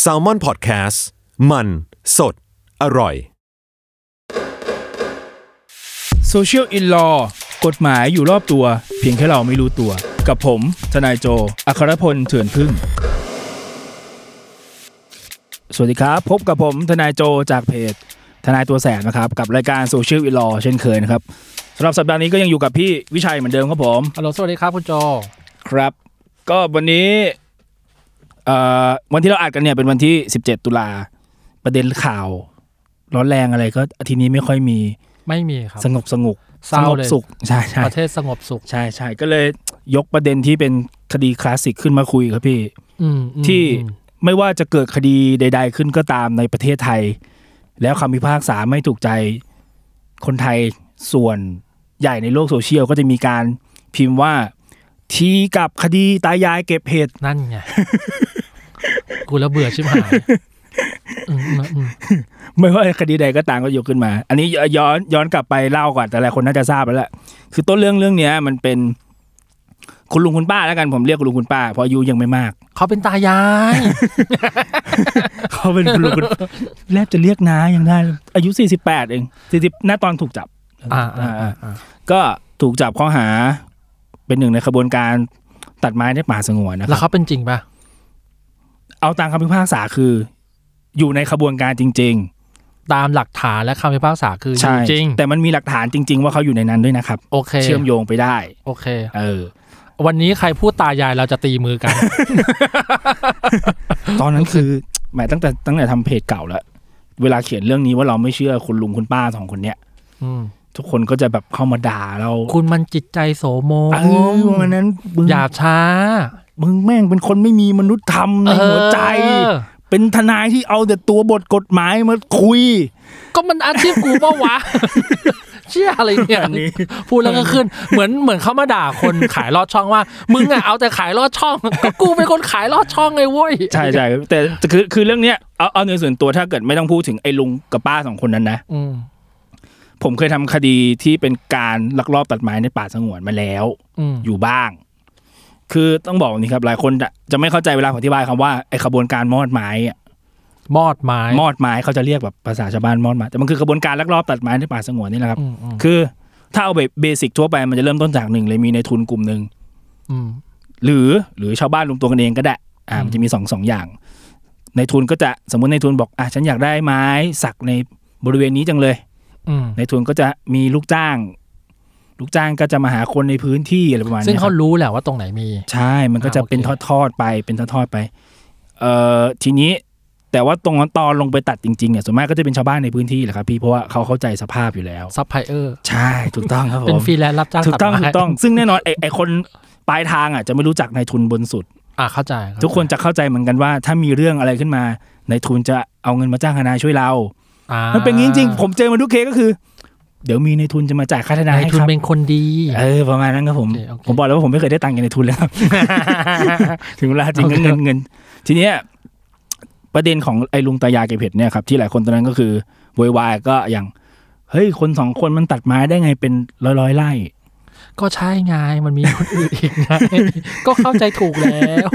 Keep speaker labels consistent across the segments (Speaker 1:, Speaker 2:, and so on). Speaker 1: แซลมอนพอดแคสต์มันสดอร่อย
Speaker 2: Social in Law กฎหมายอยู่รอบตัว เพียงแค่เราไม่รู้ตัว กับผม ทนายโจ อัครพลเถื่อนพึ่ง สวัสดีครับ พบกับผม ทนายโจจากเพจ ทนายตัวแสบนะครับ กับรายการ Social in Law เช่นเคยนะครับสำหรับสัปดาห์นี้ก็ยังอยู่กับพี่วิชัยเหมือนเดิมครับผม
Speaker 3: ฮัลโหลสวัสดีครับคุณโจ
Speaker 2: ครับ ก็วันนี้เอ่อวันที่เราอัดกันเนี่ยเป็นวันที่ 17 ตุลาประเด็นข่าว ร้อนแรงอะไรก็อาทิตย์นี้ไม่ค่อยมี
Speaker 3: ไม่มีครับ
Speaker 2: สงบสงบ
Speaker 3: เศ
Speaker 2: ส
Speaker 3: ร้าง
Speaker 2: บ
Speaker 3: เลย
Speaker 2: สุขใช่ใช่
Speaker 3: ประเทศสงบสุข
Speaker 2: ใช่ใช่ก็เลยยกประเด็นที่เป็นคดีคลาสสิกขึ้นมาคุยครับพี่
Speaker 3: อืมอืม
Speaker 2: ที่
Speaker 3: อืม
Speaker 2: ไม่ว่าจะเกิดคดีใด ๆ ขึ้นก็ตามในประเทศไทย แล้วคำพิพากษาไม่ถูกใจคนไทยส่วนใหญ่ในโลกโซเชียลก็จะมีการพิมพ์ว่า ทีกับคดีตายายเก็บเห็ด
Speaker 3: นั่น ไง กูแล้วเบื่อชิบหายอืมอืมอืม
Speaker 2: ไม่ว่าคดีใดก็ตามก็ยกขึ้นมา อันนี้ย้อนย้อนกลับไปเล่าก่อนแต่หลายคนน่าจะทราบแล้วแหละคือต้นเรื่องเรื่องเนี้ยมันเป็นคุณลุงคุณป้าแล้วกันผมเรียกคุณลุงคุณป้าเพราะอายุยังไม่มาก
Speaker 3: เขาเป็นตายาย
Speaker 2: เขาเป็น คุณลุงคุณ แลบจะเรียกน้ายังได้เลยอายุ 48 เอง40หน้าตอนถูกจับ
Speaker 3: อ่าอ่าอ่าอ่า
Speaker 2: ก็ถูกจับข้อหา เป็นหนึ่งในขบวนการตัดไม้ในป่าสงวนนะค
Speaker 3: แล้
Speaker 2: รั
Speaker 3: ว
Speaker 2: บ
Speaker 3: เขาเป็นจริงป่ะ
Speaker 2: เอาตามคำพิพากษาคือ อยู่ในขบวนการจริง
Speaker 3: ตามหลักฐานและคำพิพากษาคือ
Speaker 2: ๆ
Speaker 3: จ
Speaker 2: ใช่
Speaker 3: ริงจริง
Speaker 2: แต่มันมีหลักฐานจริง ๆ ว่าเขาอยู่ในนั้นด้วยนะครับ
Speaker 3: โอเค
Speaker 2: เชื่อมโยงไปได้
Speaker 3: โอเค
Speaker 2: เออ
Speaker 3: วันนี้ใครพูดตายายเราจะตีมือกัน
Speaker 2: ตอนนั้นคือแหมายตั้งแต่ตั้งแต่ทำเพจเก่าแล้ว เวลาเขียนเรื่องนี้ว่าเราไม่เชื่อคุณลุงคุณป้าสองคนเนี้ย
Speaker 3: อืม
Speaker 2: ทุกคนก็จะแบบเข้ามาด่าเรา
Speaker 3: คุณมันจิตใจโสโม
Speaker 2: เออวันนั้นมึง
Speaker 3: หยาบช้า
Speaker 2: มึงแม่งเป็นคนไม่มีมนุษยธรรมในหัวใจ
Speaker 3: เออ
Speaker 2: เป็นทนายที่เอาแต่ตัวบทกฎหมายมาคุย
Speaker 3: ก็มันอาชีพกูป่า วะ เชื่ออะไรเนี่ย
Speaker 2: อันนี้
Speaker 3: พูดแล้วก็ขึ้น เหมือนเหมือนเขามาด่าคนขายลอดช่องว่า มึงอ่ะเอาแต่ขายลอดช่อง ก็กูเป็นคนขายลอดช่องไงเว้ย
Speaker 2: ใช่ใช่แต่คือคือเรื่องเนี้ยเอาเอาในส่วนตัวถ้าเกิดไม่ต้องพูดถึงไอ้ลุงกับป้าสองคนนั้นนะ
Speaker 3: อืม
Speaker 2: ผมเคยทำคดีที่เป็นการลักลอบตัดไม้ในป่าสงวนมาแล้ว
Speaker 3: อืม
Speaker 2: อยู่บ้าง คือต้องบอกแบบนี้ครับ หลายคนจะจะไม่เข้าใจเวลาผมอธิบายคำว่าไอ้ขบวนการมอดไม้อะ
Speaker 3: มอดไม้
Speaker 2: มอดไม้เขาจะเรียกแบบภาษาชาวบ้านมอดไม้แต่มันคือขบวนการลักลอบตัดไม้ในป่าสงวนนี่แหละครับ
Speaker 3: อืมอืม
Speaker 2: คือถ้าเอาแบบเบสิกทั่วไปมันจะเริ่มต้นจากหนึ่งเลยมีในทุนกลุ่มหนึ่ง
Speaker 3: อืม
Speaker 2: หรือหรือชาวบ้านรวมตัวกันเองก็ได้ อ่า
Speaker 3: อืม
Speaker 2: มันจะมีสองสองอย่าง ในทุนก็จะสมมติในทุนบอกอ่ะฉันอยากได้ไม้สักในบริเวณนี้จังเลย
Speaker 3: อืม
Speaker 2: ในทุนก็จะมีลูกจ้าง ลูกจ้างก็จะมาหาคนในพื้นที่อะไรประมาณ
Speaker 3: ซึ่ง
Speaker 2: นี้ยค
Speaker 3: เขา
Speaker 2: รับ
Speaker 3: รู้แหละว่าตรงไหนมี
Speaker 2: ใช่มันก็จะ
Speaker 3: อ่าโอเค
Speaker 2: เป็นทอดๆไปเป็นทอดๆไปเอ่อทีนี้แต่ว่าตรงนั้นตอนลงไปตัดจริงๆเนี่ยส่วนมากก็จะเป็นชาวบ้านในพื้นที่แหละครับพี่เพราะว่าเขาเข้าใจสภาพอยู่แล้ว
Speaker 3: ซัพพลายเออร์
Speaker 2: ใช่ถูกต้องครับผม
Speaker 3: เป็นฟรีแลนซ์รับจ้าง
Speaker 2: ถูกต้อง
Speaker 3: ตัด
Speaker 2: ถู
Speaker 3: ไม้
Speaker 2: กต้องซึ่งแน่นอนไอ้ไอ้คนปลายทางอ่ะจะไม่รู้จักนายทุนบนสุด
Speaker 3: อ่ะเข้าใจเข้าใจ
Speaker 2: ทุกคนจะเข้าใจเหมือนกันว่า ถ้ามีเรื่องอะไรขึ้นมานายทุนจะเอาเงินมาจ้างทนายช่วยเรา
Speaker 3: อ่า
Speaker 2: มันเป็นอย่างนี้จริงๆ ผมเจอมาทุกเคสก็คือ เดี๋ยวมีนายทุนจะมาจ่ายค่าทนาน
Speaker 3: าย ย
Speaker 2: ให้
Speaker 3: ทุน
Speaker 2: ครับ
Speaker 3: เป็นคนดี
Speaker 2: เออประมาณนั้นครับผม
Speaker 3: โอเคโอเค
Speaker 2: ผมบอกแล้วว่าผมไม่เคยได้ตังค์จากนายทุนแล้ว ถึงเวลาจริงก็เงินเงิน ทีเนี้ยประเด็นของไอ้ลุงตายายเก็บเห็ดเนี่ยครับที่หลายคนตอนนั้นก็คือโวยวายก็อย่างเฮ้ยคนสองคนมันตัดไม้ได้ไงเป็นร้อยร้อยๆไร่
Speaker 3: ก็ใช่ไงมันมีคนอื่นอีกไง ก็เข้าใจถูก แล้ว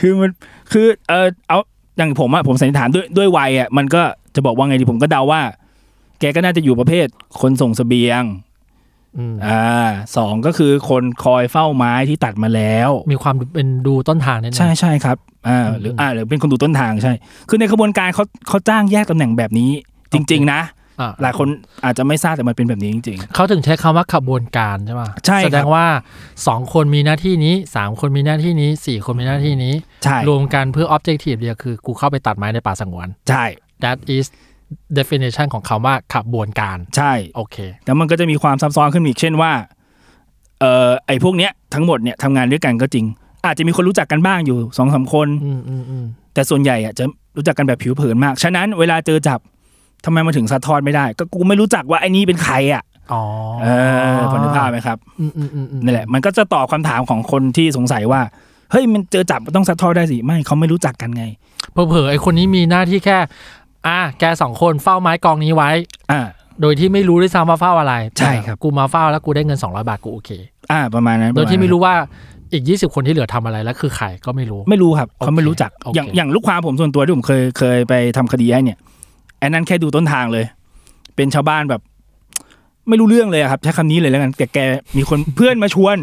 Speaker 2: คือมันคือเออเอาอย่างผมอะผมสันนิษฐานด้วยด้วยวัยอะมันก็จะบอกว่าไงดีผมก็เดาว่า แกก็น่าจะอยู่ประเภท คนส่งเสบียง
Speaker 3: อืม
Speaker 2: อ่าสองก็คือคนคอยเฝ้าไม้ที่ตัดมาแล้ว
Speaker 3: มีความเป็นดูต้นทางเนี่ย
Speaker 2: ใช่ใช่ครับอ่า
Speaker 3: อืม
Speaker 2: หรืออ่าหรือเป็นคนดูต้นทางใช่ คือในขบวนการเขาเขาจ้างแยกตำแหน่งแบบนี้ จริง ๆ นะ
Speaker 3: อ่ะ
Speaker 2: หลายคนอาจจะไม่ทราบแต่มันเป็นแบบนี้จริง
Speaker 3: เขาถึงใช้คำว่าขบวนการใช่ป่ะ
Speaker 2: ใช่ครับ
Speaker 3: แสดงว่าสองคนมีหน้าที่นี้สามคนมีหน้าที่นี้สี่คนมีหน้าที่นี้
Speaker 2: ๆ ใช่
Speaker 3: รวมกันเพื่อ objective เดียวคือ กูเข้าไปตัดไม้ในป่าสงวน
Speaker 2: ใช่
Speaker 3: that is definition ของคำว่าขบวนการ
Speaker 2: ใช่
Speaker 3: โอเค
Speaker 2: แล้วมันก็จะมีความซับซ้อนขึ้นมาอีกเช่นว่า เอ่อไอ้พวกเนี้ยทั้งหมดเนี่ยทำงานด้วยกันก็จริง อาจจะมีคนรู้จักกันบ้างอยู่สองสามคน
Speaker 3: อืมอืมอืม
Speaker 2: แต่ส่วนใหญ่อะจะรู้จักกันแบบผิวเผินมาก ฉะนั้นเวลาเจอจับทำไมมาถึงสะท้อนไม่ได้ ก็กูไม่รู้จักว่าไอ้นี่เป็นใครอ่ะ
Speaker 3: อ๋อ
Speaker 2: เออพอนึกภาพไหมครับ
Speaker 3: อืมอืมอืมอืม
Speaker 2: นี่แหละ มันก็จะตอบคำถามของคนที่สงสัยว่า เฮ้ยมันเจอจับมันต้องสะท้อนได้สิไม่เขาไม่รู้จักกันไง
Speaker 3: เผลอๆไอคนนี้มีหน้าที่แค่ อ่ะแกสองคนเฝ้าไม้กองนี้ไว้
Speaker 2: อ่า
Speaker 3: โดยที่ไม่รู้ด้วยซ้ำว่าเฝ้าอะไร
Speaker 2: ใช่ครับ
Speaker 3: กูมาเฝ้าแล้วกูได้เงิน200บาทกูโอเค
Speaker 2: อ่าประมาณนั้น
Speaker 3: โดย
Speaker 2: ปะาณ
Speaker 3: ที่
Speaker 2: นั้น
Speaker 3: ไม่รู้ว่าอีก 20 คนที่เหลือทำอะไรแล้วคือใครก็ไม่รู้
Speaker 2: ไม่รู้ครับ
Speaker 3: โอเค
Speaker 2: เขาไม่รู้จัก
Speaker 3: โอเค
Speaker 2: อย่างอย่างลูกความผมส่วนตัวที่ผมเคยเคยไปทำคดีให้เนี่ยไอันนั้นแค่ดูต้นทางเลย เป็นชาวบ้านแบบ ไม่รู้เรื่องเลยอะครับใช้คำนี้เลยแล้วกันแต่แกมี คนเพื่อนมาชวน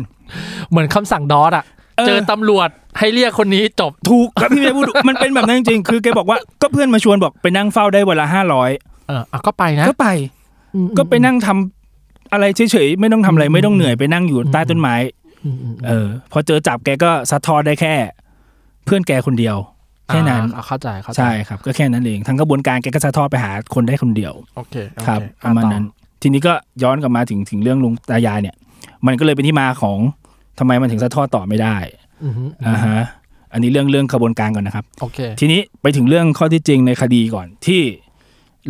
Speaker 3: เหมือนคำสั่งดอสอะเจอ
Speaker 2: อ
Speaker 3: ตำรวจให้เรียกคนนี้จบ
Speaker 2: ถูกครับพี่เมย์พูดถูกมันเป็นแบบนั้นจริงๆ คือแกบอกว่าก็เพื่อนมาชวนบอกไปนั่งเฝ้าได้วันละห้าร้อย
Speaker 3: เอออะก็ไปนะ
Speaker 2: ก็ไป
Speaker 3: อืม
Speaker 2: ก็ไปนั่งทำอะไรเฉยๆไม่ต้องทำอะไรไม่ต้องเหนื่อยไปนั่งอยู่ใต้ต้นไม้
Speaker 3: อืมอืมอืม
Speaker 2: เออ พอเจอจับแกก็สะท้อนได้แค่ เพื่อนแกคนเดียว แค่นั้น
Speaker 3: อ่าเข้าใจเข้าใจ
Speaker 2: ใช่ครับ ก็แค่นั้นเองทั้งกระบวนการแกก็สะท้อนไปหาคนได้คนเดียว
Speaker 3: โอเคโอ
Speaker 2: ครับ
Speaker 3: เ
Speaker 2: ประมาณนั้น
Speaker 3: อ่
Speaker 2: ทีนี้ก็ย้อนกลับมาถึงถึงเรื่องลุงตายายเนี่ย มันก็เลยเป็นที่มาของทำไมมันถึงสะท้อนต่อไม่ได้
Speaker 3: ต่ออืม
Speaker 2: อ่าฮะอันนี้เรื่องเรื่องกระบวนการก่อนนะครับ
Speaker 3: โอเค
Speaker 2: ทีนี้ไปถึงเรื่องข้อที่จริงในคดีก่อนที่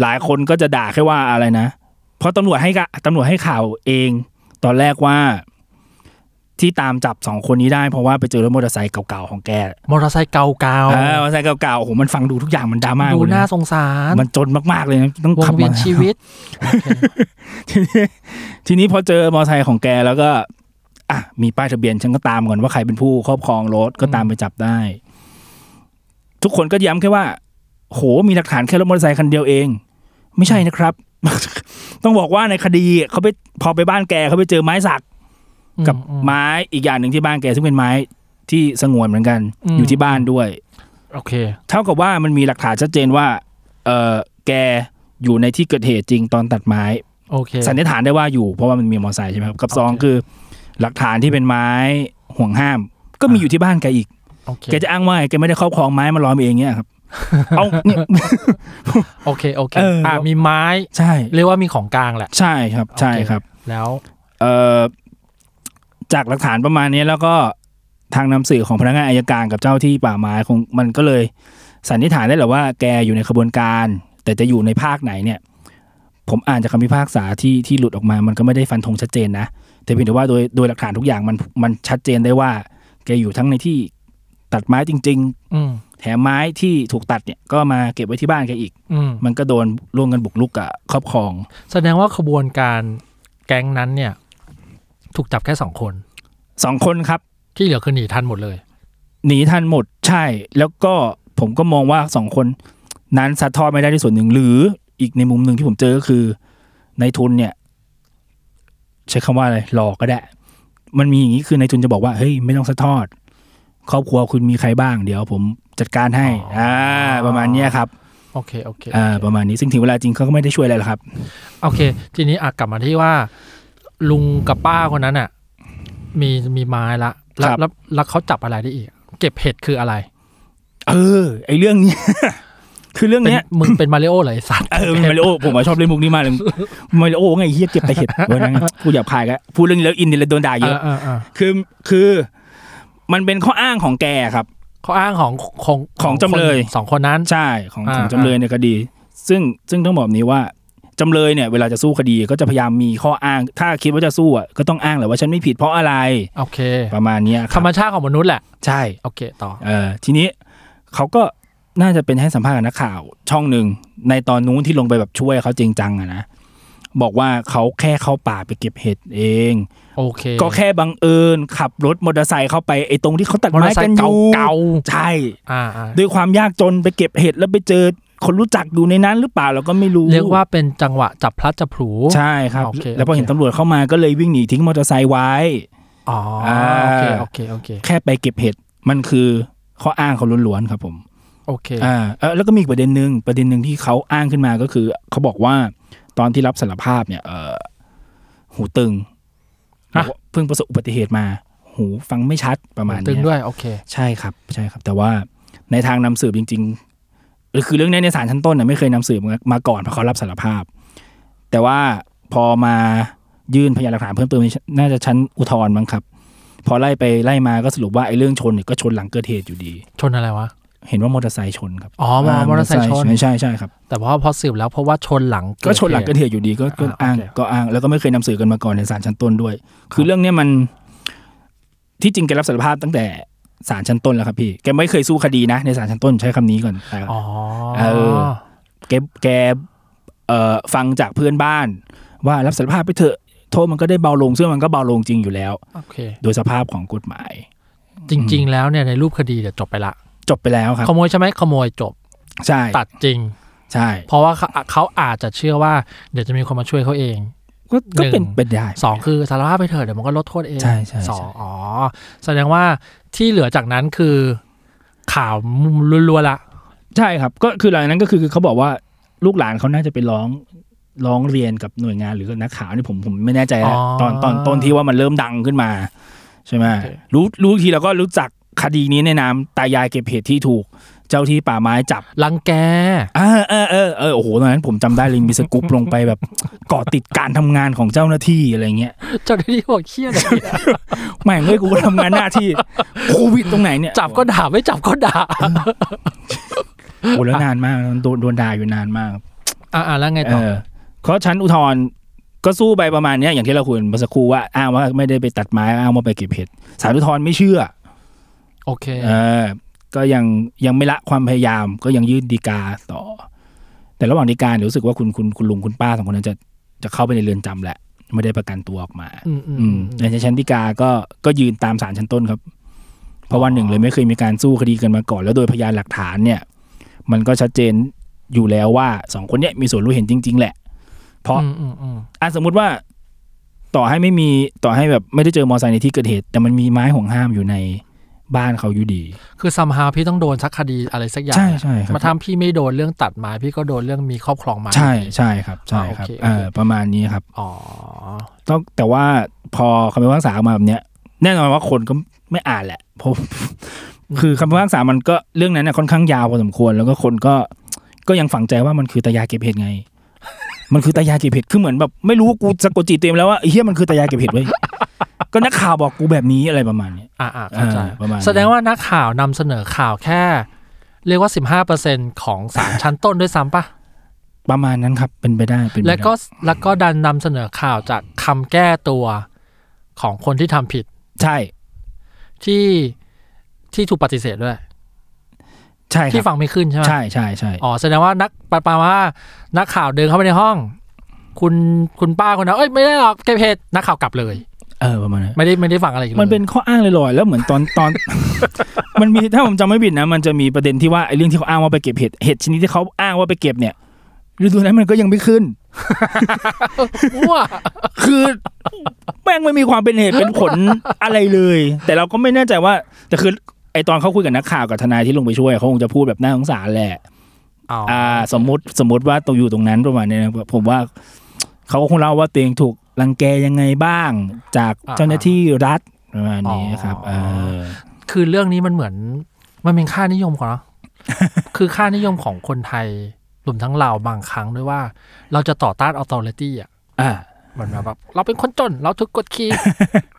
Speaker 2: หลายคนก็จะด่าแค่ว่าอะไรนะ เพราะตำรวจให้กะตำรวจให้ข่าวเอง ตอนแรกว่า ที่ตามจับสองคนนี้ได้เพราะว่าไปเจอรถมอเตอร์ไซค์เก่าๆของแก
Speaker 3: มอเตอร์ไซค์เก่า
Speaker 2: เออมอเตอร์ไซค์เก่าๆโอ้โหมันฟังดูทุกอย่างมันดราม่า
Speaker 3: ๆดู
Speaker 2: หมดเลย
Speaker 3: น่า
Speaker 2: นะ
Speaker 3: สงสาร
Speaker 2: มันจนมากๆเลยนะต้อง
Speaker 3: ว
Speaker 2: ขั
Speaker 3: ง
Speaker 2: บ
Speaker 3: เวียน
Speaker 2: มา
Speaker 3: ชีวิต
Speaker 2: ทีนี้ ทีนี้พอเจอมอเตอร์ไซค์ของแกแล้วก็อ่ะมีป้ายทะเบียนฉันก็ตามก่อนว่าใครเป็นผู้ครอบครองรถก็ตามไปจับได้ ทุกคนก็ย้ำแค่ว่า โห มีหลักฐานแค่รถมอเตอร์ไซค์คันเดียวเอง ไม่ใช่นะครับ ต้องบอกว่าในคดีเขาไปพอไปบ้านแกเขาไปเจอไม้สักกับ
Speaker 3: อืมอืม
Speaker 2: ไม้อีกอย่างหนึ่งที่บ้านแกซึ่งเป็นไม้ที่สงวนเหมือนกัน
Speaker 3: อืม
Speaker 2: อยู่ที่บ้านด้วย
Speaker 3: โอเค
Speaker 2: เท่ากับว่ามันมีหลักฐานชัดเจนว่า เออแกอยู่ในที่เกิดเหตุจริงตอนตัดไม้
Speaker 3: โอเค
Speaker 2: สันนิษฐานได้ว่าอยู่เพราะว่ามันมีมอเตอร์ไซค์ใช่ไหมครับกับสอง
Speaker 3: โอเค
Speaker 2: คือ หลักฐานที่เป็นไม้ห่วงห้าม ก็มีอยู่ที่บ้านแกอีก
Speaker 3: โอเค
Speaker 2: แกจะอ้างว่าแกไม่ได้ครอบครองไม้มาล้อมเองเนี่ยครับ เอาเนี่ย
Speaker 3: โอเคโอเค
Speaker 2: เอออ่
Speaker 3: อ่ามีไม้
Speaker 2: ใช่
Speaker 3: เรียกว่ามีของกลางแหละ
Speaker 2: ใช่ครับ ใช่
Speaker 3: โอเ
Speaker 2: ครับ
Speaker 3: แล้ว
Speaker 2: เอ่อจากหลักฐานประมาณนี้แล้วก็ทางนำสื่อของพนักงานอายการกับเจ้าที่ป่าไม้คงมันก็เลยสันนิษฐานได้แหละว่าแกอยู่ในขบวนการ แต่จะอยู่ในภาคไหนเนี่ย ผมอ่านจากคำพิพากษาที่ที่หลุดออกมา มันก็ไม่ได้ฟันธงชัดเจนนะแต่เพียงแต่ว่าโดยโดยหลักฐานทุกอย่างมันมันชัดเจนได้ว่า แกอยู่ทั้งในที่ตัดไม้จริง
Speaker 3: อืม
Speaker 2: ๆ แถมไม้ที่ถูกตัดเนี่ยก็มาเก็บไว้ที่บ้านแกอีก
Speaker 3: อืม
Speaker 2: มันก็โดนร่วมกันบุกรุกกับครอบครอง
Speaker 3: แสดงว่าขบวนการแก๊งนั้นเนี่ย ถูกจับแค่สองคน
Speaker 2: สองคนครับ
Speaker 3: ที่เหลือคือหนีทันหมดเลย
Speaker 2: หนีทันหมดใช่ แล้วก็ผมก็มองว่าสองคน นั้นสะท้อนไม่ได้ที่ส่วนหนึ่ง หรืออีกในมุมหนึ่งที่ผมเจอก็คือในทุนเนี่ย ใช้คำว่าอะไรหลอกก็ได้ มันมีอย่างนี้คือในทุนจะบอกว่าเฮ้ยไม่ต้องสะทอด ครอบครัวคุณมีใครบ้าง เดี๋ยวผมจัดการให้
Speaker 3: อ๋ออ่
Speaker 2: อ่าประมาณเนี้ยครับ
Speaker 3: โอเคโอเค
Speaker 2: อ่าประมาณนี้ซึ่งถึงเวลาจริงเขาก็ไม่ได้ช่วยอะไรหรอกครับ
Speaker 3: โอเค ทีนี้อ่ะกลับมาที่ว่า ลุงกับป้าคนนั้นอ่ะ มีมีไม้ละแล้ว
Speaker 2: ครับ
Speaker 3: แล้วแล้วเขาจับอะไรได้อีก เก็บเห็ดคืออะไร
Speaker 2: เออ ไอเรื่องเนี้ย คือเรื่อง
Speaker 3: เป็น
Speaker 2: เนี้ย
Speaker 3: มึงเป็นมาริโอเหรอไอสัตว์
Speaker 2: เออเป็นมาริโอผมอะชอบเล่นมุกนี้มากเลยมาริโอไงเฮียเก็บแต่เห็ดวันนั้นกูหยาบคายกันพูดเรื่องนี้แล้วอินเนี่ยเลยโดนด่า เย
Speaker 3: เอ
Speaker 2: อะ
Speaker 3: อเออเออ
Speaker 2: คือคือมันเป็นข้ออ้างของแกครับ
Speaker 3: เขาอ้างของของ
Speaker 2: ของจำเลย
Speaker 3: คนสองคนนั้น
Speaker 2: ใช่ของ
Speaker 3: อ่า
Speaker 2: ของจำเลยในคดี ซึ่งซึ่งต้องบอกแบบนี้ว่าจำเลยเนี่ยเวลาจะสู้คดีก็จะพยายามมีข้ออ้าง ถ้าคิดว่าจะสู้อ่ะก็ต้องอ้างแหละว่าฉันไม่ผิดเพราะอะไร
Speaker 3: โอเค
Speaker 2: ประมาณเนี้ยค
Speaker 3: ธร
Speaker 2: รับ
Speaker 3: รมชาติของมนุษย์แหละ
Speaker 2: ใช่
Speaker 3: โอเคต่อ
Speaker 2: เออทีนี้เขาก็น่าจะเป็นให้สัมภาษณ์กับนักข่าว ช่องหนึ่งในตอนนู้นที่ลงไปแบบช่วยเขาจริงจังอะนะบอกว่าเขาแค่เข้าป่าไปเก็บเห็ดเอง
Speaker 3: โอเค
Speaker 2: ก็แค่บังเอิญขับรถมอเตอร์ไซค์เข้าไปไอ้ตรงที่เขาตัด
Speaker 3: มอเตอ
Speaker 2: ไม้
Speaker 3: ร์ไซ
Speaker 2: กัน
Speaker 3: ค์
Speaker 2: อยู่
Speaker 3: เก่า
Speaker 2: ใช่
Speaker 3: ๆอ่าอ่า
Speaker 2: ด้วยความยากจนไปเก็บเห็ดแล้วไปเจอคนรู้จักอยู่ในนั้นหรือเปล่าเราก็ไม่รู้
Speaker 3: เรียกว่าเป็นจังหวะจับพลัดจับผลู
Speaker 2: ใช่ครับ
Speaker 3: โอเค
Speaker 2: แล้วพอเห็น
Speaker 3: โอเค
Speaker 2: ตำรวจเข้ามาก็เลยวิ่งหนีทิ้งมอเตอร์ไซค์ไว้
Speaker 3: อ๋ออา โอเคโอเคโอเค
Speaker 2: แค่ไปเก็บเห็ดมันคือข้ออ้างเขาล้วนๆครับผม
Speaker 3: โอเค
Speaker 2: อ่าเอ่อแล้วก็มีอีกประเด็นหนึ่งประเด็นหนึ่งที่เขาอ้างขึ้นมาก็คือ เขาบอกว่าตอนที่รับสารภาพเนี่ย เออหูตึงบอกว่าเพิ่งประสบอุบัติเหตุมา หูฟังไม่ชัดประมาณ
Speaker 3: ตึ
Speaker 2: เนี้
Speaker 3: ง
Speaker 2: ย
Speaker 3: ด้วยโอเค
Speaker 2: ใช่ครับใช่ครับ แต่ว่าในทางนำสืบจริงๆหรือคือเรื่องนี้ในศาลชั้นต้นน่ะไม่เคยนำสืบมาก่อนเพราะเขารับสารภาพ แต่ว่าพอมายื่นพยานหลักฐานเพิ่มเติมในน่าจะชั้นอุทธรณ์มั้งครับ พอไล่ไปไล่มาก็สรุปว่าไอ้เรื่องชนเนี่ยก็ชนหลังเกิดเหตุอยู่ดี
Speaker 3: ชนอะไรวะ
Speaker 2: เห็นว่ามอเตอร์ไซค์ชนครับ
Speaker 3: อ๋อมอมอเตอร์ไซค์ชน
Speaker 2: ใช่ใช่ใช่ครับ
Speaker 3: แต่พอพอสืบแล้วเพราะว่าชนหลัง
Speaker 2: ก็ชนหลังเกิด
Speaker 3: เหตุ
Speaker 2: เหตุอยู่ดีก็ก็
Speaker 3: อ่า
Speaker 2: อ้าง
Speaker 3: โอเค
Speaker 2: ก็อ้างแล้วก็ไม่เคยนำสือกันมาก่อนในศาลชั้นต้นด้วย คือเรื่องเนี้ยมันที่จริงแกรับสารภาพตั้งแต่ศาลชั้นต้นแล้วครับพี่แกไม่เคยสู้คดีนะในศาลชั้นต้นใช้คำนี้ก่อน
Speaker 3: อ๋อ
Speaker 2: เออ แกแกเอ่อฟังจากเพื่อนบ้าน ว่ารับสารภาพไปเถอะโทษมันก็ได้เบาลงซึ่งมันก็เบาลงจริงอยู่แล้ว
Speaker 3: โอเค
Speaker 2: โดยสภาพของกฎหมาย
Speaker 3: จริง ๆ แล้วเนี่ยในรูปคดีเดี๋ยวจบไปละ
Speaker 2: จบไปแล้วครับ
Speaker 3: ขโมยใช่ไหมขโมยจบ
Speaker 2: ใช่
Speaker 3: ตัดจริง
Speaker 2: ใช่
Speaker 3: เพราะว่าเขาเขาอาจจะเชื่อว่าเดี๋ยวจะมีคนมาช่วยเขาเอง
Speaker 2: ก็ก็เป็นเป็นได้
Speaker 3: สองคือสารภาพไปเถอะเดี๋ยวมันก็ลดโทษเอง
Speaker 2: ใช่ใช่ใช่
Speaker 3: สองอ๋อแสดงว่าที่เหลือจากนั้นคือ ข่าวล้วนๆละ
Speaker 2: ใช่ครับก็คือหลังจากนั้นก็คือเขาบอกว่าลูกหลานเขาน่าจะไปร้องร้องเรียนกับหน่วยงานหรือกับนักข่าวนี่ผมผมไม่แน่ใจนะ
Speaker 3: อ๋อ
Speaker 2: ตอนตอนต้นที่ว่ามันเริ่มดังขึ้นมา ใช่ไหม
Speaker 3: โอเค
Speaker 2: รู้รู้อีกทีเราก็รู้จักคดีนี้ในนามตายายเก็บเห็ดที่ถูก เจ้าที่ป่าไม้จับ
Speaker 3: รังแก
Speaker 2: อ่าเออเออเออโอ้โหตอนนั้นผมจำได้เลยมีสกุปลงไปแบบ เกาะติดการทำงานของเจ้าหน้าที่อะไรเงี้ย
Speaker 3: เจ้าหน้าที่บอกเครียดอะ
Speaker 2: แม่งเอ้ยกูก็ทำงานหน้าที่โควิดตรงไหนเนี่ย
Speaker 3: จับก็ด่าไม่จับก็ด่า
Speaker 2: โอ้โหแล้วนานมากโดนโดนด่าอยู่นานมาก
Speaker 3: อ่าแล้วไง
Speaker 2: เอ
Speaker 3: ต่อ
Speaker 2: อเพราะชั้นอุทธรณ์ก็สู้ไปประมาณเนี้ยอย่างที่เราคุยกันเมื่อสักครู่ว่าอ้างว่าไม่ได้ไปตัดไม้อ้างว่าไปเก็บเห็ดสารอุทธรณ์ไม่เชื่อ
Speaker 3: โอเค
Speaker 2: เออ ก็ยังยังไม่ละความพยายามก็ยังยื่นดีกาต่อ แต่ระหว่างดีกาเดี๋ยวรู้สึกว่าคุณคุณคุณลุงคุณป้าสองคนนั้นจะจะเข้าไปในเรือนจำแหละ ไม่ได้ประกันตัวออกมา
Speaker 3: อืมอืม
Speaker 2: อืมในชั้นฎีกาก็ก็ยืนตามศาลชั้นต้นครับ เพราะว่าหนึ่งเลยไม่เคยมีการสู้คดีกันมาก่อน แล้วโดยพยานหลักฐานเนี่ย มันก็ชัดเจนอยู่แล้วว่าสองคนเนี้ยมีส่วนรู้เห็นจริง ๆ แหละ เพราะ
Speaker 3: อืมอืมอืม
Speaker 2: อ่ะสมมุติว่าต่อให้ไม่มีต่อให้แบบไม่ได้เจอมอเตอร์ไซค์ในที่เกิดเหตุ แต่มันมีไม้ห่วงห้ามอยู่ในบ้านเขาอยู่ดี
Speaker 3: คือซัมฮาพี่ต้องโดนสักคดีอะไรสักอย่าง
Speaker 2: ใช่ใช่ครับ
Speaker 3: มาทำพี่ไม่โดนเรื่องตัดไม้พี่ก็โดนเรื่องมีครอบครองไม้
Speaker 2: ใช่ใช่ครับ ใช่ครับ
Speaker 3: อ่าโอเคโอเค
Speaker 2: เออประมาณนี้ครับ
Speaker 3: อ๋อ
Speaker 2: ต้องแต่ว่าพอคำพิพากษาออกมาแบบเนี้ย แน่นอนว่าคนก็ไม่อ่านแหละเพราะ คือคำพิพากษามันก็เรื่องนั้นน่ะค่อนข้างยาวพอสมควร แล้วก็คนก็ก็ยังฝังใจว่ามันคือตายายเก็บเห็ดไง มันคือตายายเก็บเห็ดคือเหมือนแบบไม่รู้ว่ากูสะกดจิตเต็มแล้วว่าไอ้เฮียมันคือตายายเก็บเห็ดไว้ย ก็นักข่าวบอกกูแบบนี้อะไรประมาณเนี้ย
Speaker 3: อ่าอ่าเข้าใจ
Speaker 2: อ่าประมาณนั้น
Speaker 3: แสดงว่านักข่าวนำเสนอข่าวแค่ เรียกว่า 15%ของสารชั้นต้นด้วยซ้ำปะ
Speaker 2: ประมาณนั้นครับเป็นไปได้เป็นไปได้
Speaker 3: แล้วก็แล้วก็ดันนำเสนอข่าวจากคำแก้ตัวของคนที่ทำผิด
Speaker 2: ใช่
Speaker 3: ที่ที่ถูกปฏิเสธด้วย
Speaker 2: ใช่ค
Speaker 3: ที่
Speaker 2: รับ
Speaker 3: ฟังไม่ขึ้นใช่ไหม
Speaker 2: ใช่ใช่ใช่
Speaker 3: อ๋อแสดงว่านักประปาว่า นักข่าวเดินเข้าไปในห้อง คุณคุณป้าคนนั้นเอ้ยไม่ได้หรอกเก็บเหตุนักข่าวกลับเลย
Speaker 2: เออประมาณนั้น
Speaker 3: ไม่ได้ไม่ได้ฟังอะไรอีกเลย
Speaker 2: มันเป็นข้ออ้างลอยๆแล้วเหมือนตอนตอน มันมีถ้าผมจำไม่ผิดนะ มันจะมีประเด็นที่ว่าไอ้เรื่องที่เขาอ้างว่าไปเก็บเห็ดเห็ดชนิดที่เขาอ้างว่าไปเก็บเนี่ยฤดูนั้นมันก็ยังไม่ขึ้น
Speaker 3: มั่ ว
Speaker 2: คือแม่งไม่มีความเป็นเหตุเป็นผล อะไรเลย แต่เราก็ไม่แน่ใจว่าแต่คือไอตอนเขาคุยกับนักข่าวกับทนายที่ลงไปช่วยเขาคงจะพูดแบบน่าสงสารแหละ
Speaker 3: อ๋อ
Speaker 2: อ่าสมมติสมมติว่าตัวอยู่ตรงนั้นประมาณเนี้ยนะผมว่าเขาก็คงเล่าว่าตัวเองถูกรังแกยังไงบ้าง จากเจ้าหน้าที่รัฐประมาณนี้ครับเออ
Speaker 3: คือเรื่องนี้มันเหมือน มันเป็นค่านิยมของเรา คือค่านิยมของคนไทยรวมทั้งเราบางครั้งด้วยว่า เราจะต่อต้านออโตเรตี้อ่ะ
Speaker 2: อ่า
Speaker 3: เหมือนแบบเราเป็นคนจน เราถูกกด ขี่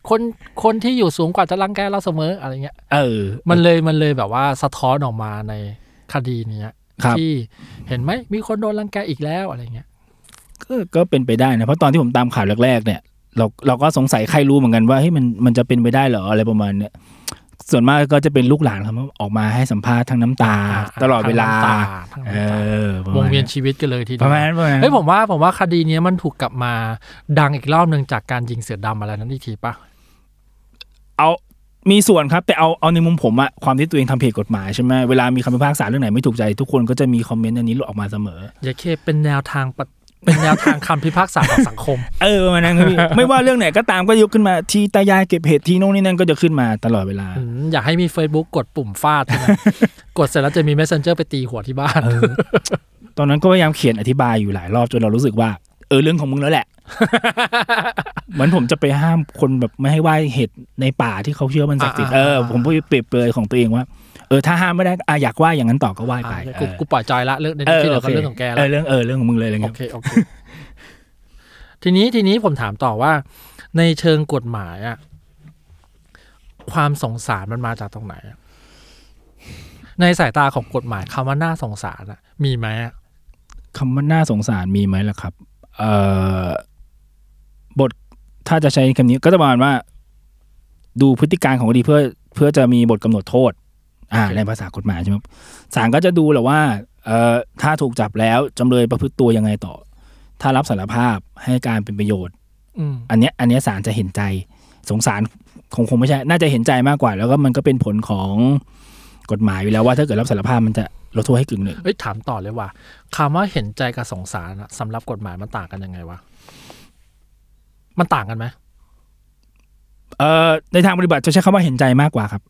Speaker 3: คนคนที่อยู่สูงกว่าจะรังแกเราเสมออะไรเงี้ย
Speaker 2: เออ
Speaker 3: มันเลยมันเลยแบบว่าสะท้อนออกมาในคดีเนี้ย
Speaker 2: ครับ
Speaker 3: ที่เห็นไหมมีคนโดนรังแกอีกแล้วอะไรเงี้ย
Speaker 2: ก็ก็เป็นไปได้นะเพราะตอนที่ผมตามข่าวแรก ๆ เนี่ย เราเราก็สงสัยใครรู้เหมือนกันว่าเฮ้ยมันมันจะเป็นไปได้เหรออะไรประมาณเนี้ยส่วนมากก็จะเป็นลูกหลานครับออกมาให้สัมภาษณ์ทั้งน้ำตา
Speaker 3: อ่า
Speaker 2: ตลอดเวลา
Speaker 3: ทั้งน้ำตาทั้งน้ำตา
Speaker 2: เออประ
Speaker 3: ว
Speaker 2: มาณ
Speaker 3: งเวียน
Speaker 2: นั้น
Speaker 3: ชีวิตกันเลยทีเดี
Speaker 2: ป
Speaker 3: ว
Speaker 2: ระมาณนั้นประมาณนั้น
Speaker 3: เฮ้ยผมว่าผมว่าคดีเนี้ยมันถูกกลับมาดังอีกรอบหนึ่งจากการยิงเสือดำอะไรนั้นอีกทีปะ
Speaker 2: เอามีส่วนครับแต่เอาเอาในมุมผมอะความที่ตัวเองทำผิดกฎหมายใช่ไหมเวลามีคำพิพากษาเรื่องไหนไม่ถูกใจ ทุกคนก็จะมีคอมเมนต์อันนี้หลุดออกมาเสมอ
Speaker 3: ยาเคเป็นแนวทางปะเป็นแนวทางคำพิพากษาของสังคม
Speaker 2: เออประมาณนั้นครับพี่ ไม่ว่าเรื่องไหนก็ตามก็ยกขึ้นมาทีตายายเก็บเห็ดทีโน่นนี่นั่นก็จะขึ้นมาตลอดเวลา
Speaker 3: อืมอยากให้มี Facebook กดปุ่มฟาดใช่ไหม กดเสร็จแล้วจะมี Messenger ไปตีหัวที่บ้าน
Speaker 2: ตอนนั้นก็พยายามเขียนอธิบายอยู่หลายรอบจนเรารู้สึกว่า เออเรื่องของมึงแล้วแหละ เหมือนผมจะไปห้ามคนแบบไม่ให้ไหว้เห็ดในป่าที่เขาเชื่อมันศักดิ์สิทธิ์
Speaker 3: อ่า
Speaker 2: เอ
Speaker 3: อ่า
Speaker 2: อ
Speaker 3: อ่า
Speaker 2: ผมพูดเปรียบเปรยของตัวเองว่าเออถ้าห้ามไม่ได้อ่ะอยากไหว้อย่างนั้นต่อก็ไหว้ไป
Speaker 3: อ่ะ
Speaker 2: เอ
Speaker 3: กู
Speaker 2: อ
Speaker 3: กูปล่อยจอยละเรื่องใน
Speaker 2: เออ
Speaker 3: ที่เหลื
Speaker 2: โอ
Speaker 3: อ
Speaker 2: เค
Speaker 3: ก็เรื่องของแก
Speaker 2: เอ
Speaker 3: ละ
Speaker 2: อเรื่องเออเรื่องของมึงเลยอะไร
Speaker 3: โอ
Speaker 2: เงี้ย
Speaker 3: เคโอเค ทีนี้ทีนี้ผมถามต่อว่า ในเชิงกฎหมายอ่ะ ความสงสารมันมาจากตรงไหนอะในสายตาของกฎหมายคำว่าน่าสงสารอะมีไหมอะ
Speaker 2: คำว่าน่าสงสารมีไหมล่ะครับ เอ่อบทถ้าจะใช้คำนี้ก็จะประมาณว่า ดูพฤติการของคดีเพื่อเพื่อจะมีบทกำหนดโทษ อ่า ในภาษากฎหมายใช่ไหมศาลก็จะดูแหละว่า เอ่อถ้าถูกจับแล้วจำเลยประพฤติตัวยังไงต่อ ถ้ารับสารภาพให้การเป็นประโยชน์
Speaker 3: อืม
Speaker 2: อันเนี้ยอันเนี้ยศาลจะเห็นใจสงสารคงคงไม่ใช่ น่าจะเห็นใจมากกว่า แล้วก็มันก็เป็นผลของกฎหมายอยู่แล้วว่าถ้าเกิดรับสารภาพมันจะลดโทษให้กึ่งหนึ่ง
Speaker 3: เอ้ยถามต่อเลยว่าคำว่าเห็นใจกับสงสารอะสำหรับกฎหมายมันต่างกันยังไงวะ มันต่างกันไหม
Speaker 2: เอ่อในทางปฏิบัติจะใช้คำว่าเห็นใจมากกว่าครับ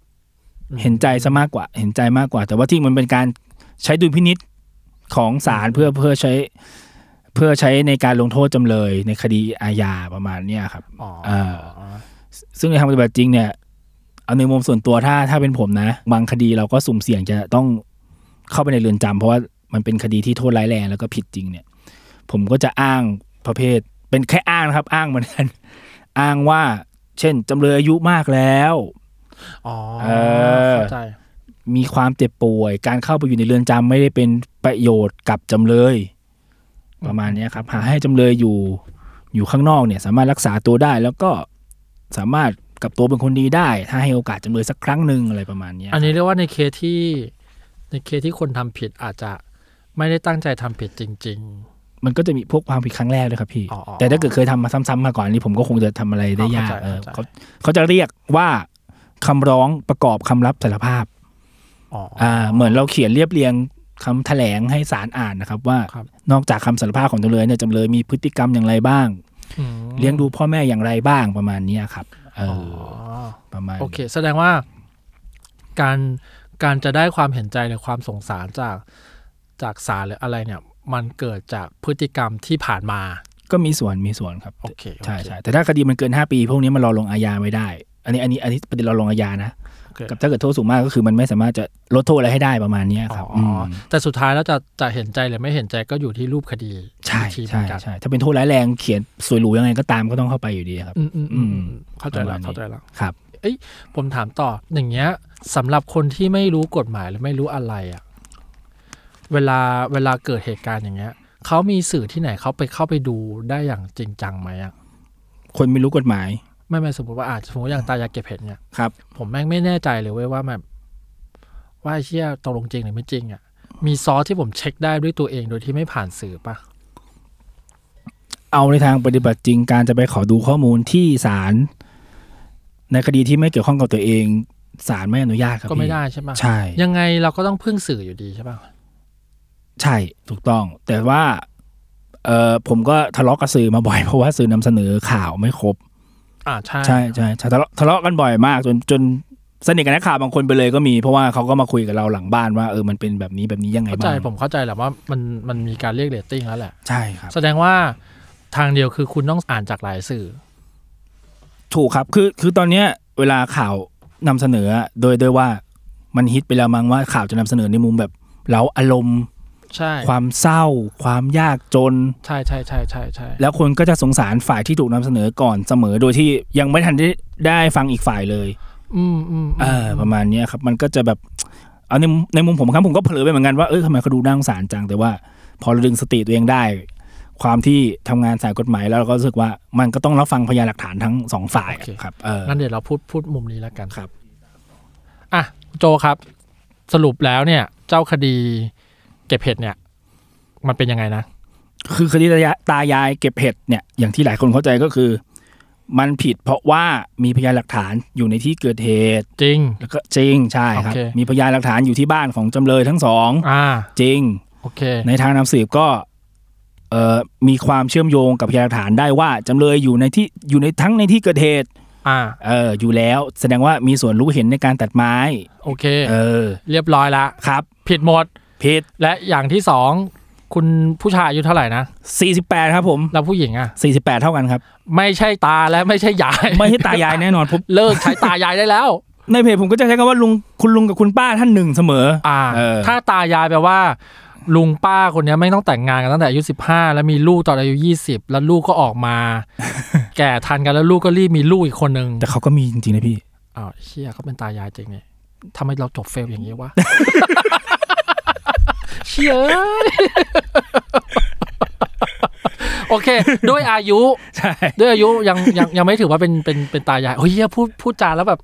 Speaker 3: อืม
Speaker 2: เห็นใจซะมากกว่า เห็นใจมากกว่า แต่ว่าที่มันเป็นการใช้ดุลพินิษของศาลเพื่อเพื่อใช้ เพื่อใช้ในการลงโทษจำเลยในคดีอาญาประมาณเนี้ยครับ
Speaker 3: อ๋อ
Speaker 2: เอ่อ ซึ่งในทางปฏิบัติจริงเนี่ยเอาในมุมส่วนตัวถ้าถ้าเป็นผมนะ บางคดีเราก็สุ่มเสี่ยงจะต้องเข้าไปในเรือนจำเพราะว่ามันเป็นคดีที่โทษร้ายแรงแล้วก็ผิดจริงเนี่ย ผมก็จะอ้างประเภท เป็นแค่อ้างนะครับ อ้างเหมือนกัน อ้างว่า เช่นจำเลยอายุมากแล้ว
Speaker 3: อ๋อ
Speaker 2: เอ่อ
Speaker 3: เข้าใจ
Speaker 2: มีความเจ็บป่วย การเข้าไปอยู่ในเรือนจำไม่ได้เป็นประโยชน์กับจำเลย ประมาณเนี้ยครับ หาให้จำเลยอยู่อยู่ข้างนอกเนี่ย สามารถรักษาตัวได้แล้วก็สามารถกลับตัวเป็นคนดีได้ ถ้าให้โอกาสจำเลยสักครั้งหนึ่งอะไรประมาณเนี้ย
Speaker 3: อันนี้เรียกว่าในเคสที่ ในเคสที่คนทำผิดอาจจะไม่ได้ตั้งใจทำผิดจริง
Speaker 2: มันก็จะมีพวกความผิดครั้งแรกด้วยครับพี่
Speaker 3: อ๋ออ๋อ
Speaker 2: แต่ถ้าเกิดเคยทำมาซ้ำๆมาก่อนอันนี้ผมก็คงจะทำอะไรได้ยาก
Speaker 3: อ๋อ
Speaker 2: เอ
Speaker 3: เข้า
Speaker 2: อ
Speaker 3: ใจ
Speaker 2: เขา
Speaker 3: เข้า
Speaker 2: เขา
Speaker 3: ใจ
Speaker 2: จะเรียกว่าคำร้องประกอบคำรับสารภาพ
Speaker 3: ๆอ๋ออ
Speaker 2: อ่าเหมือนเราเขียนเรียบเรียงคำแถลงให้ศาลอ่านนะครับ ว่า
Speaker 3: ครับ
Speaker 2: นอกจากคำสารภาพของจำเลยเนี่ยจำเลยมีพฤติกรรมอย่างไรบ้าง
Speaker 3: อืม
Speaker 2: เลี้ยงดูพ่อแม่อย่างไรบ้างประมาณเนี้ยครับเออ
Speaker 3: อ๋อ
Speaker 2: อประมาณ
Speaker 3: โอเค แสดงว่าการการจะได้ความเห็นใจหรือความสงสารจากจากศาลหรืออะไรเนี่ย มันเกิดจากพฤติกรรมที่ผ่านมา
Speaker 2: ก็มีส่วนมีส่วนครับ
Speaker 3: โอเคโอเค
Speaker 2: ใช่ใช่แต่ถ้าคดีมันเกิน 5 ปี พวกนี้มันรอลงอาญาไม่ได้ อันนี้อันนี้อันนี้ประเด็นรอลงอาญานะ
Speaker 3: โอเค
Speaker 2: กับถ้าเกิดโทษสูงมากก็คือมันไม่สามารถจะลดโทษอะไรให้ได้ประมาณเนี้ยครับ
Speaker 3: อ๋ออ
Speaker 2: ม
Speaker 3: แต่สุดท้ายแล้วจะจะเห็นใจหรือไม่เห็นใจก็อยู่ที่รูปคดี
Speaker 2: ใช่
Speaker 3: อีกทีเหมื
Speaker 2: ใช่
Speaker 3: อนกัน
Speaker 2: ใช่ถ้าเป็นโทษร้ายแรงเขียนสวยหรูยังไงก็ตามก็ต้องเข้าไปอยู่ดีครับ
Speaker 3: อืมอืมอืม
Speaker 2: อืม
Speaker 3: เข้าใจแล้วเข้าใจแล้ว
Speaker 2: ครับ
Speaker 3: ผมถามต่ออย่างเงี้ยสำหรับคนที่ไม่รู้กฎหมายหรือไม่รู้อะไรอะเวลาเวลาเกิดเหตุการณ์อย่างเงี้ยเขามีสื่อที่ไหนเขาไปเข้าไปดูได้อย่างจริงจังไหมอะ
Speaker 2: คนไม่รู้กฎหมาย
Speaker 3: ไม่ไม่สมมติว่าอาจสมมติอย่างตายายเก็บเห็ดเนี่ย
Speaker 2: ครับ
Speaker 3: ผมแม่งไม่แน่ใจเลยเว้ยว่าแบบว่าไอ้เชี่ยตกลงจริงหรือไม่จริงอะมีซอสที่ผมเช็คได้ด้วยตัวเองโดยที่ไม่ผ่านสื่อปะ
Speaker 2: เอาในทางปฏิบัติจริงการจะไปขอดูข้อมูลที่ศาลในคดีที่ไม่เกี่ยวข้องกับตัวเองศาลไม่อนุญาตครับ
Speaker 3: ก็ไม่
Speaker 2: พี่
Speaker 3: ได้ใช่ปะ
Speaker 2: ใช่
Speaker 3: ยังไงเราก็ต้องพึ่งสื่ออยู่ดีใช่ปะ
Speaker 2: ใช่ถูกต้อง แต่ว่าเออผมก็ทะเลาะกับสื่อมาบ่อย เพราะว่าสื่อนำเสนอข่าวไม่ครบ
Speaker 3: อ่าใช่
Speaker 2: ใช่ใช่ใช่ทะเลาะทะเลาะกันบ่อยมากจนจนสนิทกับนักข่าวบางคนไปเลยก็มีเพราะว่าเขาก็มาคุยกับเราหลังบ้านว่าเออมันเป็นแบบนี้แบบนี้ยังไง
Speaker 3: เข้าใจ
Speaker 2: บ้าง
Speaker 3: ผมเข้าใจแหละว่ามันมันมีการเรียกเรตติ้งแล้วแหละ
Speaker 2: ใช่ครับ
Speaker 3: แสดงว่าทางเดียวคือคุณต้องอ่านจากหลายสื่อ
Speaker 2: ถูกครับคือคือตอนเนี้ยเวลาข่าวนำเสนออะโดยโดยว่ามันฮิตไปแล้วมั้งว่าข่าวจะนำเสนอในมุมแบบเราอารมณ์
Speaker 3: ใช่
Speaker 2: ความเศร้า ความยากจน
Speaker 3: ใช่ใช่ใช่ใช่ใช่
Speaker 2: แล้วคนก็จะสงสารฝ่ายที่ถูกนำเสนอก่อนเสมอโดยที่ยังไม่ทันได้ได้ฟังอีกฝ่ายเลย
Speaker 3: อืมอืม
Speaker 2: เออประมาณเนี้ยครับ มันก็จะแบบเอาในมุมในมุมผมครับผมก็เผลอไปเหมือนกันว่าเออทำไมเขาดูน่าสงสารจังแต่ว่า พอเราดึงสติตัวเองได้ ความที่ทำงานสายกฎหมายแล้วเราก็รู้สึกว่ามันก็ต้องรับฟังพยานหลักฐานทั้งสองฝ่ายครับเออ
Speaker 3: งั้นเดี๋ยวเราพูดพูดมุมนี้แล้วกัน
Speaker 2: ครับ
Speaker 3: อ่ะโจครับ สรุปแล้วเนี่ย เจ้าคดีเก็บเห็ดเนี่ย มันเป็นยังไงนะ
Speaker 2: คือคดีตายายตายายเก็บเห็ดเนี่ยอย่างที่หลายคนเข้าใจก็คือ มันผิดเพราะว่ามีพยานหลักฐานอยู่ในที่เกิดเหตุ
Speaker 3: จริง
Speaker 2: แล้วก็จริงใช่ครับ
Speaker 3: โอเค
Speaker 2: มีพยานหลักฐานอยู่ที่บ้านของจำเลยทั้งสอง
Speaker 3: อ่า
Speaker 2: จริง
Speaker 3: โอเค
Speaker 2: ในทางนำสืบก็เอ่อมีความเชื่อมโยงกับพยานหลักฐานได้ว่าจำเลยอยู่ในที่อยู่ในทั้งในที่เกิดเหตุ
Speaker 3: อ่า
Speaker 2: เอออยู่แล้ว แสดงว่ามีส่วนรู้เห็นในการตัดไม้
Speaker 3: โอเค
Speaker 2: เออ
Speaker 3: เรียบร้อยละ
Speaker 2: ครับ
Speaker 3: ผิดหมด
Speaker 2: ผิด
Speaker 3: และอย่างที่สองคุณผู้ชายอายุเท่าไหร่นะ
Speaker 2: 48 ครับผม
Speaker 3: แล้วผู้หญิงอ่ะ
Speaker 2: 48 เท่ากันครับ
Speaker 3: ไม่ใช่ตาและไม่ใช่ยาย
Speaker 2: ไม่ใช่ตายายแน่นอนผม
Speaker 3: เลิกใช้ตายายได้แล้ว
Speaker 2: ในเพจผมก็จะใช้คำว่าลุงคุณลุงกับคุณป้าท่านหนึ่งเสมออ
Speaker 3: อ่า
Speaker 2: เออ
Speaker 3: ถ้าตายายแปลว่า ลุงป้าคนเนี้ไม่งต้องแต่งงานกันตั้งแต่อายุสิบห้าแล้วมีลูกตอนอายุยี่สิบแล้ว ลูกก็ออกมา แก่ทันกันแล้วลูกก็รีบมีลูกอีกคนนึง
Speaker 2: แต่เขาก็มีจริงๆนะพี่
Speaker 3: อ้าวเชี่ยเขาเป็นตายายจริงเนี่ยทำไมเราจบเฟลอย่างนี้วะ เชี่ยเอ้ย โอเค ด้วยอายุ
Speaker 2: ใช่
Speaker 3: ด้วยอายุยัง ยังยังไม่ถือว่าเป็นเป็นเป็นตายายโอ้ยเหี้ยพูดพูดจาแล้วแบบ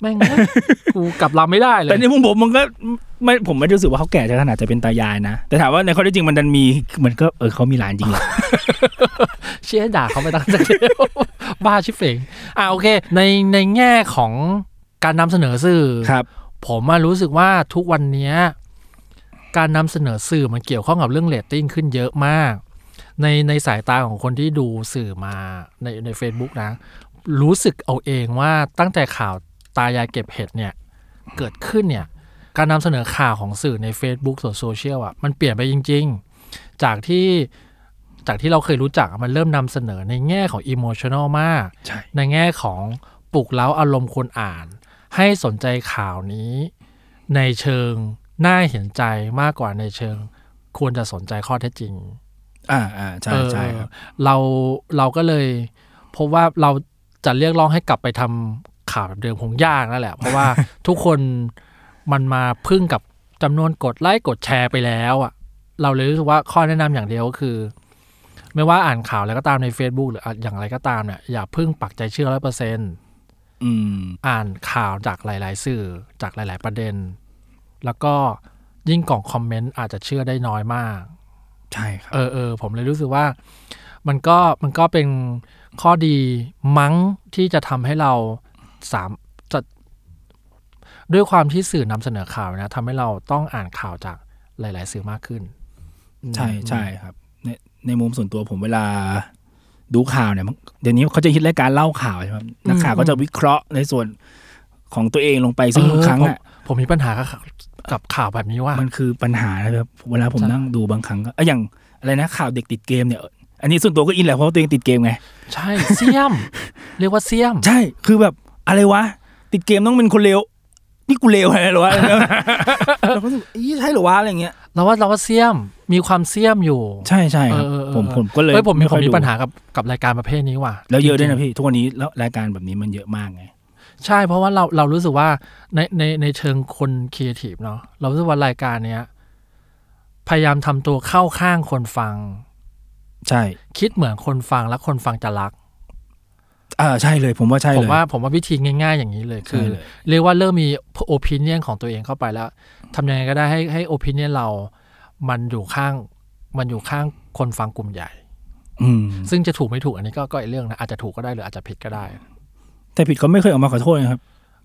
Speaker 3: แม่งเอ้ย กูกลับลำไม่ได้เลย
Speaker 2: แต่ในมุมผมมันก็ไม่ผมไม่ได้รู้สึกว่าเขาแก่จะขนาดจะเป็นตายายนะ แต่ถามว่าในข้อเท็จจริงมันดันมีมันก็เออเขามีหลานจริงแหละ
Speaker 3: เชี่ยด่าเขาไปตั้งแต่เดียว บ้าชิบเฟงอ่าโอเค ในในแง่ของการนำเสนอสื่อ
Speaker 2: ครับ
Speaker 3: ผมอะรู้สึกว่าทุกวันเนี้ยการนำเสนอสื่อมันเกี่ยวข้องกับเรื่องเรตติ้งขึ้นเยอะมาก ในในสายตาของคนที่ดูสื่อมาในใน Facebook นะ รู้สึกเอาเองว่าตั้งแต่ข่าวตายายเก็บเห็ดเนี่ย เกิดขึ้นเนี่ย การนำเสนอข่าวของสื่อใน Facebook ส่วนโซเชียลอ่ะมันเปลี่ยนไปจริง ๆ จากที่จากที่เราเคยรู้จักอะมันเริ่มนำเสนอในแง่ของอิโมชันอลมาก
Speaker 2: ใช่
Speaker 3: ในแง่ของปลุกเล้าอารมณ์คนอ่าน ให้สนใจข่าวนี้ ในเชิงน่าเห็นใจมากกว่าในเชิง ควรจะสนใจข้อเท็จจริง
Speaker 2: อ่าอ่าใช่
Speaker 3: เออ
Speaker 2: ใช่ครับ
Speaker 3: เราเราก็เลยพบว่าเราจะเรียกร้องให้กลับไปทำข่าวแบบเดิมคงยากนั่ นแหละ เพราะว่า ทุกคนมันมาพึ่งกับจำนวนกดไลค์กดแชร์ไปแล้วอ่ะเราเลยรู้สึกว่าข้อแนะนำอย่างเดียวก็คือ ไม่ว่าอ่านข่าวอะไรก็ตามใน Facebook หรืออย่างไรก็ตามเนี่ยอย่าเพึ่งปักใจเชื่อร้อยเปอร์เซ็นต์
Speaker 2: อืม
Speaker 3: อ่านข่าวจากหลาย ๆ สื่อจากหลาย ๆ ประเด็น แล้วก็ยิ่งกล่องคอมเมนต์อาจจะเชื่อได้น้อยมาก
Speaker 2: ใช่ครับ
Speaker 3: เออเออผมเลยรู้สึกว่า มันก็มันก็เป็นข้อดีมั้งที่จะทำให้เราสามจะด้วยความที่สื่อนำเสนอข่าวนะทำให้เราต้องอ่านข่าวจากหลาย ๆ สื่อมากขึ้น
Speaker 2: ใช่ใช่ครับ ในในมุมส่วนตัวผมเวลาดูข่าวเนี่ยมันเดี๋ยวนี้เขาจะคิดรายการเล่าข่าวใช่ไหมครับนักข่าวก็จะวิเคราะห์ในส่วนของตัวเองลงไปซึ่งทุกครั้ง
Speaker 3: เออผม
Speaker 2: อ่ะ
Speaker 3: ผมมีปัญหากับข่าวกับข่าวแบบนี้ว่า
Speaker 2: มันคือปัญหานะครับเวลาผม
Speaker 3: ใช่
Speaker 2: นั่งดูบางครั้งก็เอ้ยอย่างอะไรนะข่าวเด็กติดเกมเนี่ย อันนี้ส่วนตัวก็อินแหละเพราะว่าตัวเองติดเกมไง
Speaker 3: ใช่เสียม เรียกว่าเสียม
Speaker 2: ใช่คือแบบอะไรวะ ติดเกมต้องเป็นคนเลวนี่กูเลวอะไรเหรอวะ เราก็รู้สึกอี้ใช่เหรอวะอะไรอย่างเงี้ย
Speaker 3: เราว่าเราว่าเสียมมีความเสียมอยู่
Speaker 2: ใช่ใช่ครับ
Speaker 3: เออเออเออ
Speaker 2: ผมผมก็เลย
Speaker 3: เฮ้ยผมมี
Speaker 2: ไค่อย
Speaker 3: ผมมี
Speaker 2: ดู
Speaker 3: ปัญหากับกับรายการประเภทนี้ว่ะ
Speaker 2: แล้วเยอะด้วยนะ
Speaker 3: จริง
Speaker 2: พี่ทุกวันนี้แล้วรายการแบบนี้มันเยอะมากไง
Speaker 3: ๆใช่เพราะว่าเราเรารู้สึกว่าในในในเชิงคนครีเอทีฟเนาะเรารู้สึกว่ารายการเนี้ย พยายามทำตัวเข้าข้างคนฟัง
Speaker 2: ใช่
Speaker 3: คิดเหมือนคนฟังแล้วคนฟังจะรัก
Speaker 2: อ่าใช่เลย ผมว่าใช่
Speaker 3: ผม
Speaker 2: เลย
Speaker 3: ว่าผมว่าวิธีง่าย ๆ อย่างนี้เลย
Speaker 2: ใช่
Speaker 3: คือ
Speaker 2: เลย
Speaker 3: เรียกว่าเริ่มมีโอปินเนียนของตัวเองเข้าไปแล้วทำยังไงก็ได้ให้ให้โอปินเนียนเรา มันอยู่ข้างมันอยู่ข้างคนฟังกลุ่มใหญ่
Speaker 2: อืม
Speaker 3: ซึ่งจะถูกไม่ถูกอันนี้ก็ก็อีกเรื่องนะอาจจะถูกก็ได้หรืออาจจะผิดก็ได้
Speaker 2: แต่ผิดเขาไม่เคยออกมาขอโทษนะครับ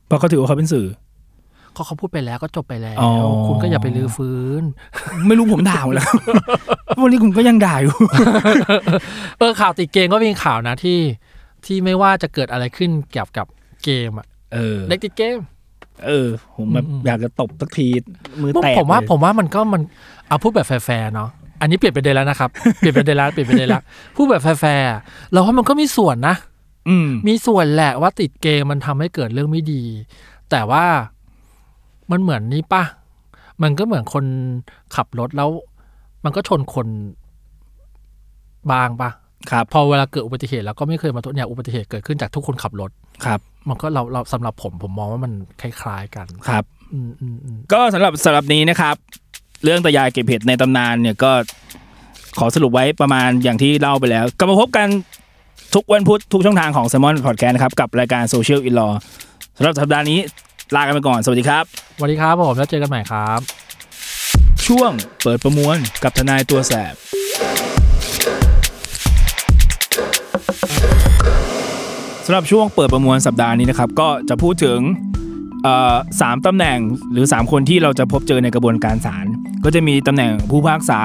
Speaker 2: เพราะเขาถือว่าเขาเป็นสื่อ
Speaker 3: ก็เขาพูดไปแล้วก็จบไปแล้ว
Speaker 2: อ๋อ
Speaker 3: คุณก็อย่าไปลื้อฟื้น
Speaker 2: ไม่รู้ผมด่าหมดแล้ว วันนี้ผมก็ยังด่าอยู่
Speaker 3: เออข่าวติดเกมก็มีข่าวนะที่ ที่ไม่ว่าจะเกิดอะไรขึ้นเกี่ยวกับเกมอะ
Speaker 2: เออ
Speaker 3: เด็กติดเกม
Speaker 2: เออ ผมแบบ
Speaker 3: อืม
Speaker 2: อยากจะตบสักทีมือแตก
Speaker 3: ผมว่า
Speaker 2: เลย
Speaker 3: ผมว่ามันก็มันเอาพูดแบบแฟร์ๆเนาะอันนี้เปลี่ยนประเด็นแล้วนะครับ เปลี่ยนประเด็นแล้วเปลี่ยนประเด็นแล้วพูดแบบแฟร์ๆอะเราว่ามันก็มีส่วนนะ
Speaker 2: อืม
Speaker 3: มีส่วนแหละว่าติดเกมมันทำให้เกิดเรื่องไม่ดี แต่ว่ามันเหมือนนี่ปะมันก็เหมือนคนขับรถแล้ว มันก็ชนคนบางปะ
Speaker 2: ครับ
Speaker 3: พอเวลาเกิดอุบัติเหตุแล้วก็ไม่เคยมาทดเนี่ยอุบัติเหตุเกิดขึ้นจากทุกคนขับรถ
Speaker 2: ครับ
Speaker 3: มันก็เราเราสำหรับผมผมมองว่ามันคล้ายๆกัน
Speaker 2: ครับ
Speaker 3: อืมอืมอืม
Speaker 2: ก็สำหรับสำหรับนี้นะครับ เรื่องตายายเก็บเห็ดในตำนานเนี่ยก็ขอสรุปไว้ประมาณอย่างที่เล่าไปแล้วกลับมาพบกันทุกวันพุธทุกช่องทางของ s ซ m o n Podcast นะครับ กับรายการโซเชียลอินลอสำหรับสัปดาห์นี้ลากันไปก่อน สวัสดีครับ
Speaker 3: สวัสดีครับผมแล้วเจอกันใหม่ครับ
Speaker 2: ช่วงเปิดประมวลกับทนายตัวแสบสำหรับช่วงเปิดประมวลสัปดาห์นี้นะครับ ก็จะพูดถึงเอ่อสามตำแหน่งหรือ 3 คนที่เราจะพบเจอในกระบวนการศาลก็จะมีตำแหน่งผู้พิพากษา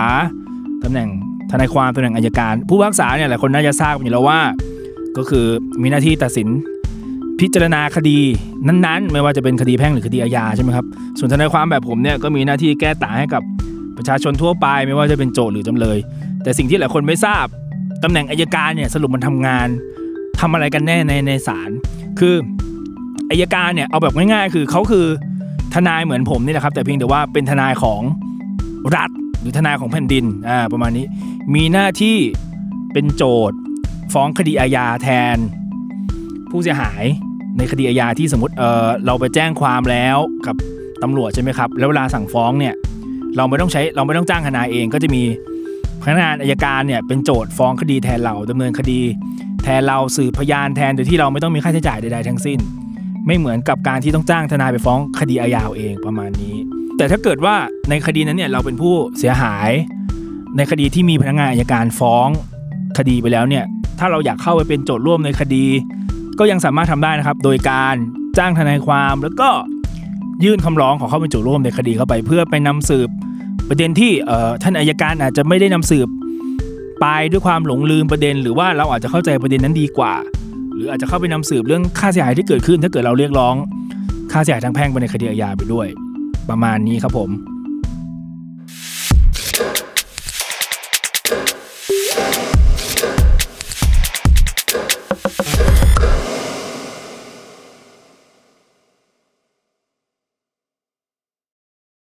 Speaker 2: ตำแหน่งทนายความตำแหน่งอายการ ผู้พิพากษาเนี่ยหลายคนน่าจะทราบอยู่แล้วว่า ก็คือมีหน้าที่ตัดสินพิจารณาคดีนั้นๆ ไม่ว่าจะเป็นคดีแพ่งหรือคดีอาญาใช่ไหมครับ ส่วนทนายความแบบผมเนี่ยก็มีหน้าที่แก้ต่างให้กับประชาชนทั่วไปไม่ว่าจะเป็นโจทย์หรือจำเลย แต่สิ่งที่หลายคนไม่ทราบตำแหน่งอายการเนี่ยสรุปมันทำงานทำอะไรกันแน่ในในศาลคืออายการเนี่ยเอาแบบง่ายๆ คือเขาคือทนายเหมือนผมนี่แหละครับ แต่เพียงแต่ว่าเป็นทนายของรัฐหรือทนายของแผ่นดินอ่าประมาณนี้มีหน้าที่เป็นโจทย์ฟ้องคดีอาญาแทนผู้เสียหาย ในคดีอาญาที่สมมติเออเราไปแจ้งความแล้วกับตำรวจใช่ไหมครับ แล้วเวลาสั่งฟ้องเนี่ยเราไม่ต้องใช้เราไม่ต้องจ้างทนายเองก็จะมีพนักงานอายการเนี่ยเป็นโจทย์ฟ้องคดีแทนเราดำเนินคดี แทนเราสืบพยานแทนโดยที่เราไม่ต้องมีค่าใช้จ่ายใดๆทั้งสิ้น ไม่เหมือนกับการที่ต้องจ้างทนายไปฟ้องคดีอาญาเอาเองประมาณนี้ แต่ถ้าเกิดว่าในคดีนั้นเนี่ยเราเป็นผู้เสียหาย ในคดีที่มีพนักงานอายการฟ้องคดีไปแล้วเนี่ยถ้าเราอยากเข้าไปเป็นโจทย์ร่วมในคดี ก็ยังสามารถทำได้นะครับ โดยการจ้างทนายความแล้วก็ยื่นคำร้องขอเข้าเป็นโจทย์ร่วมในคดีเข้าไป เพื่อไปนำสืบประเด็นที่เอ่อท่านอายการอาจจะไม่ได้นำสืบไปด้วยความหลงลืมประเด็น หรือว่าเราอาจจะเข้าใจประเด็นนั้นดีกว่า หรืออาจจะเข้าไปนำสืบเรื่องค่าเสียหายที่เกิดขึ้น ถ้าเกิดเราเรียกร้อง ค่าเสียหายทางแพ่งไปในคดีอาญาไปด้วย ประมาณนี้ครับผม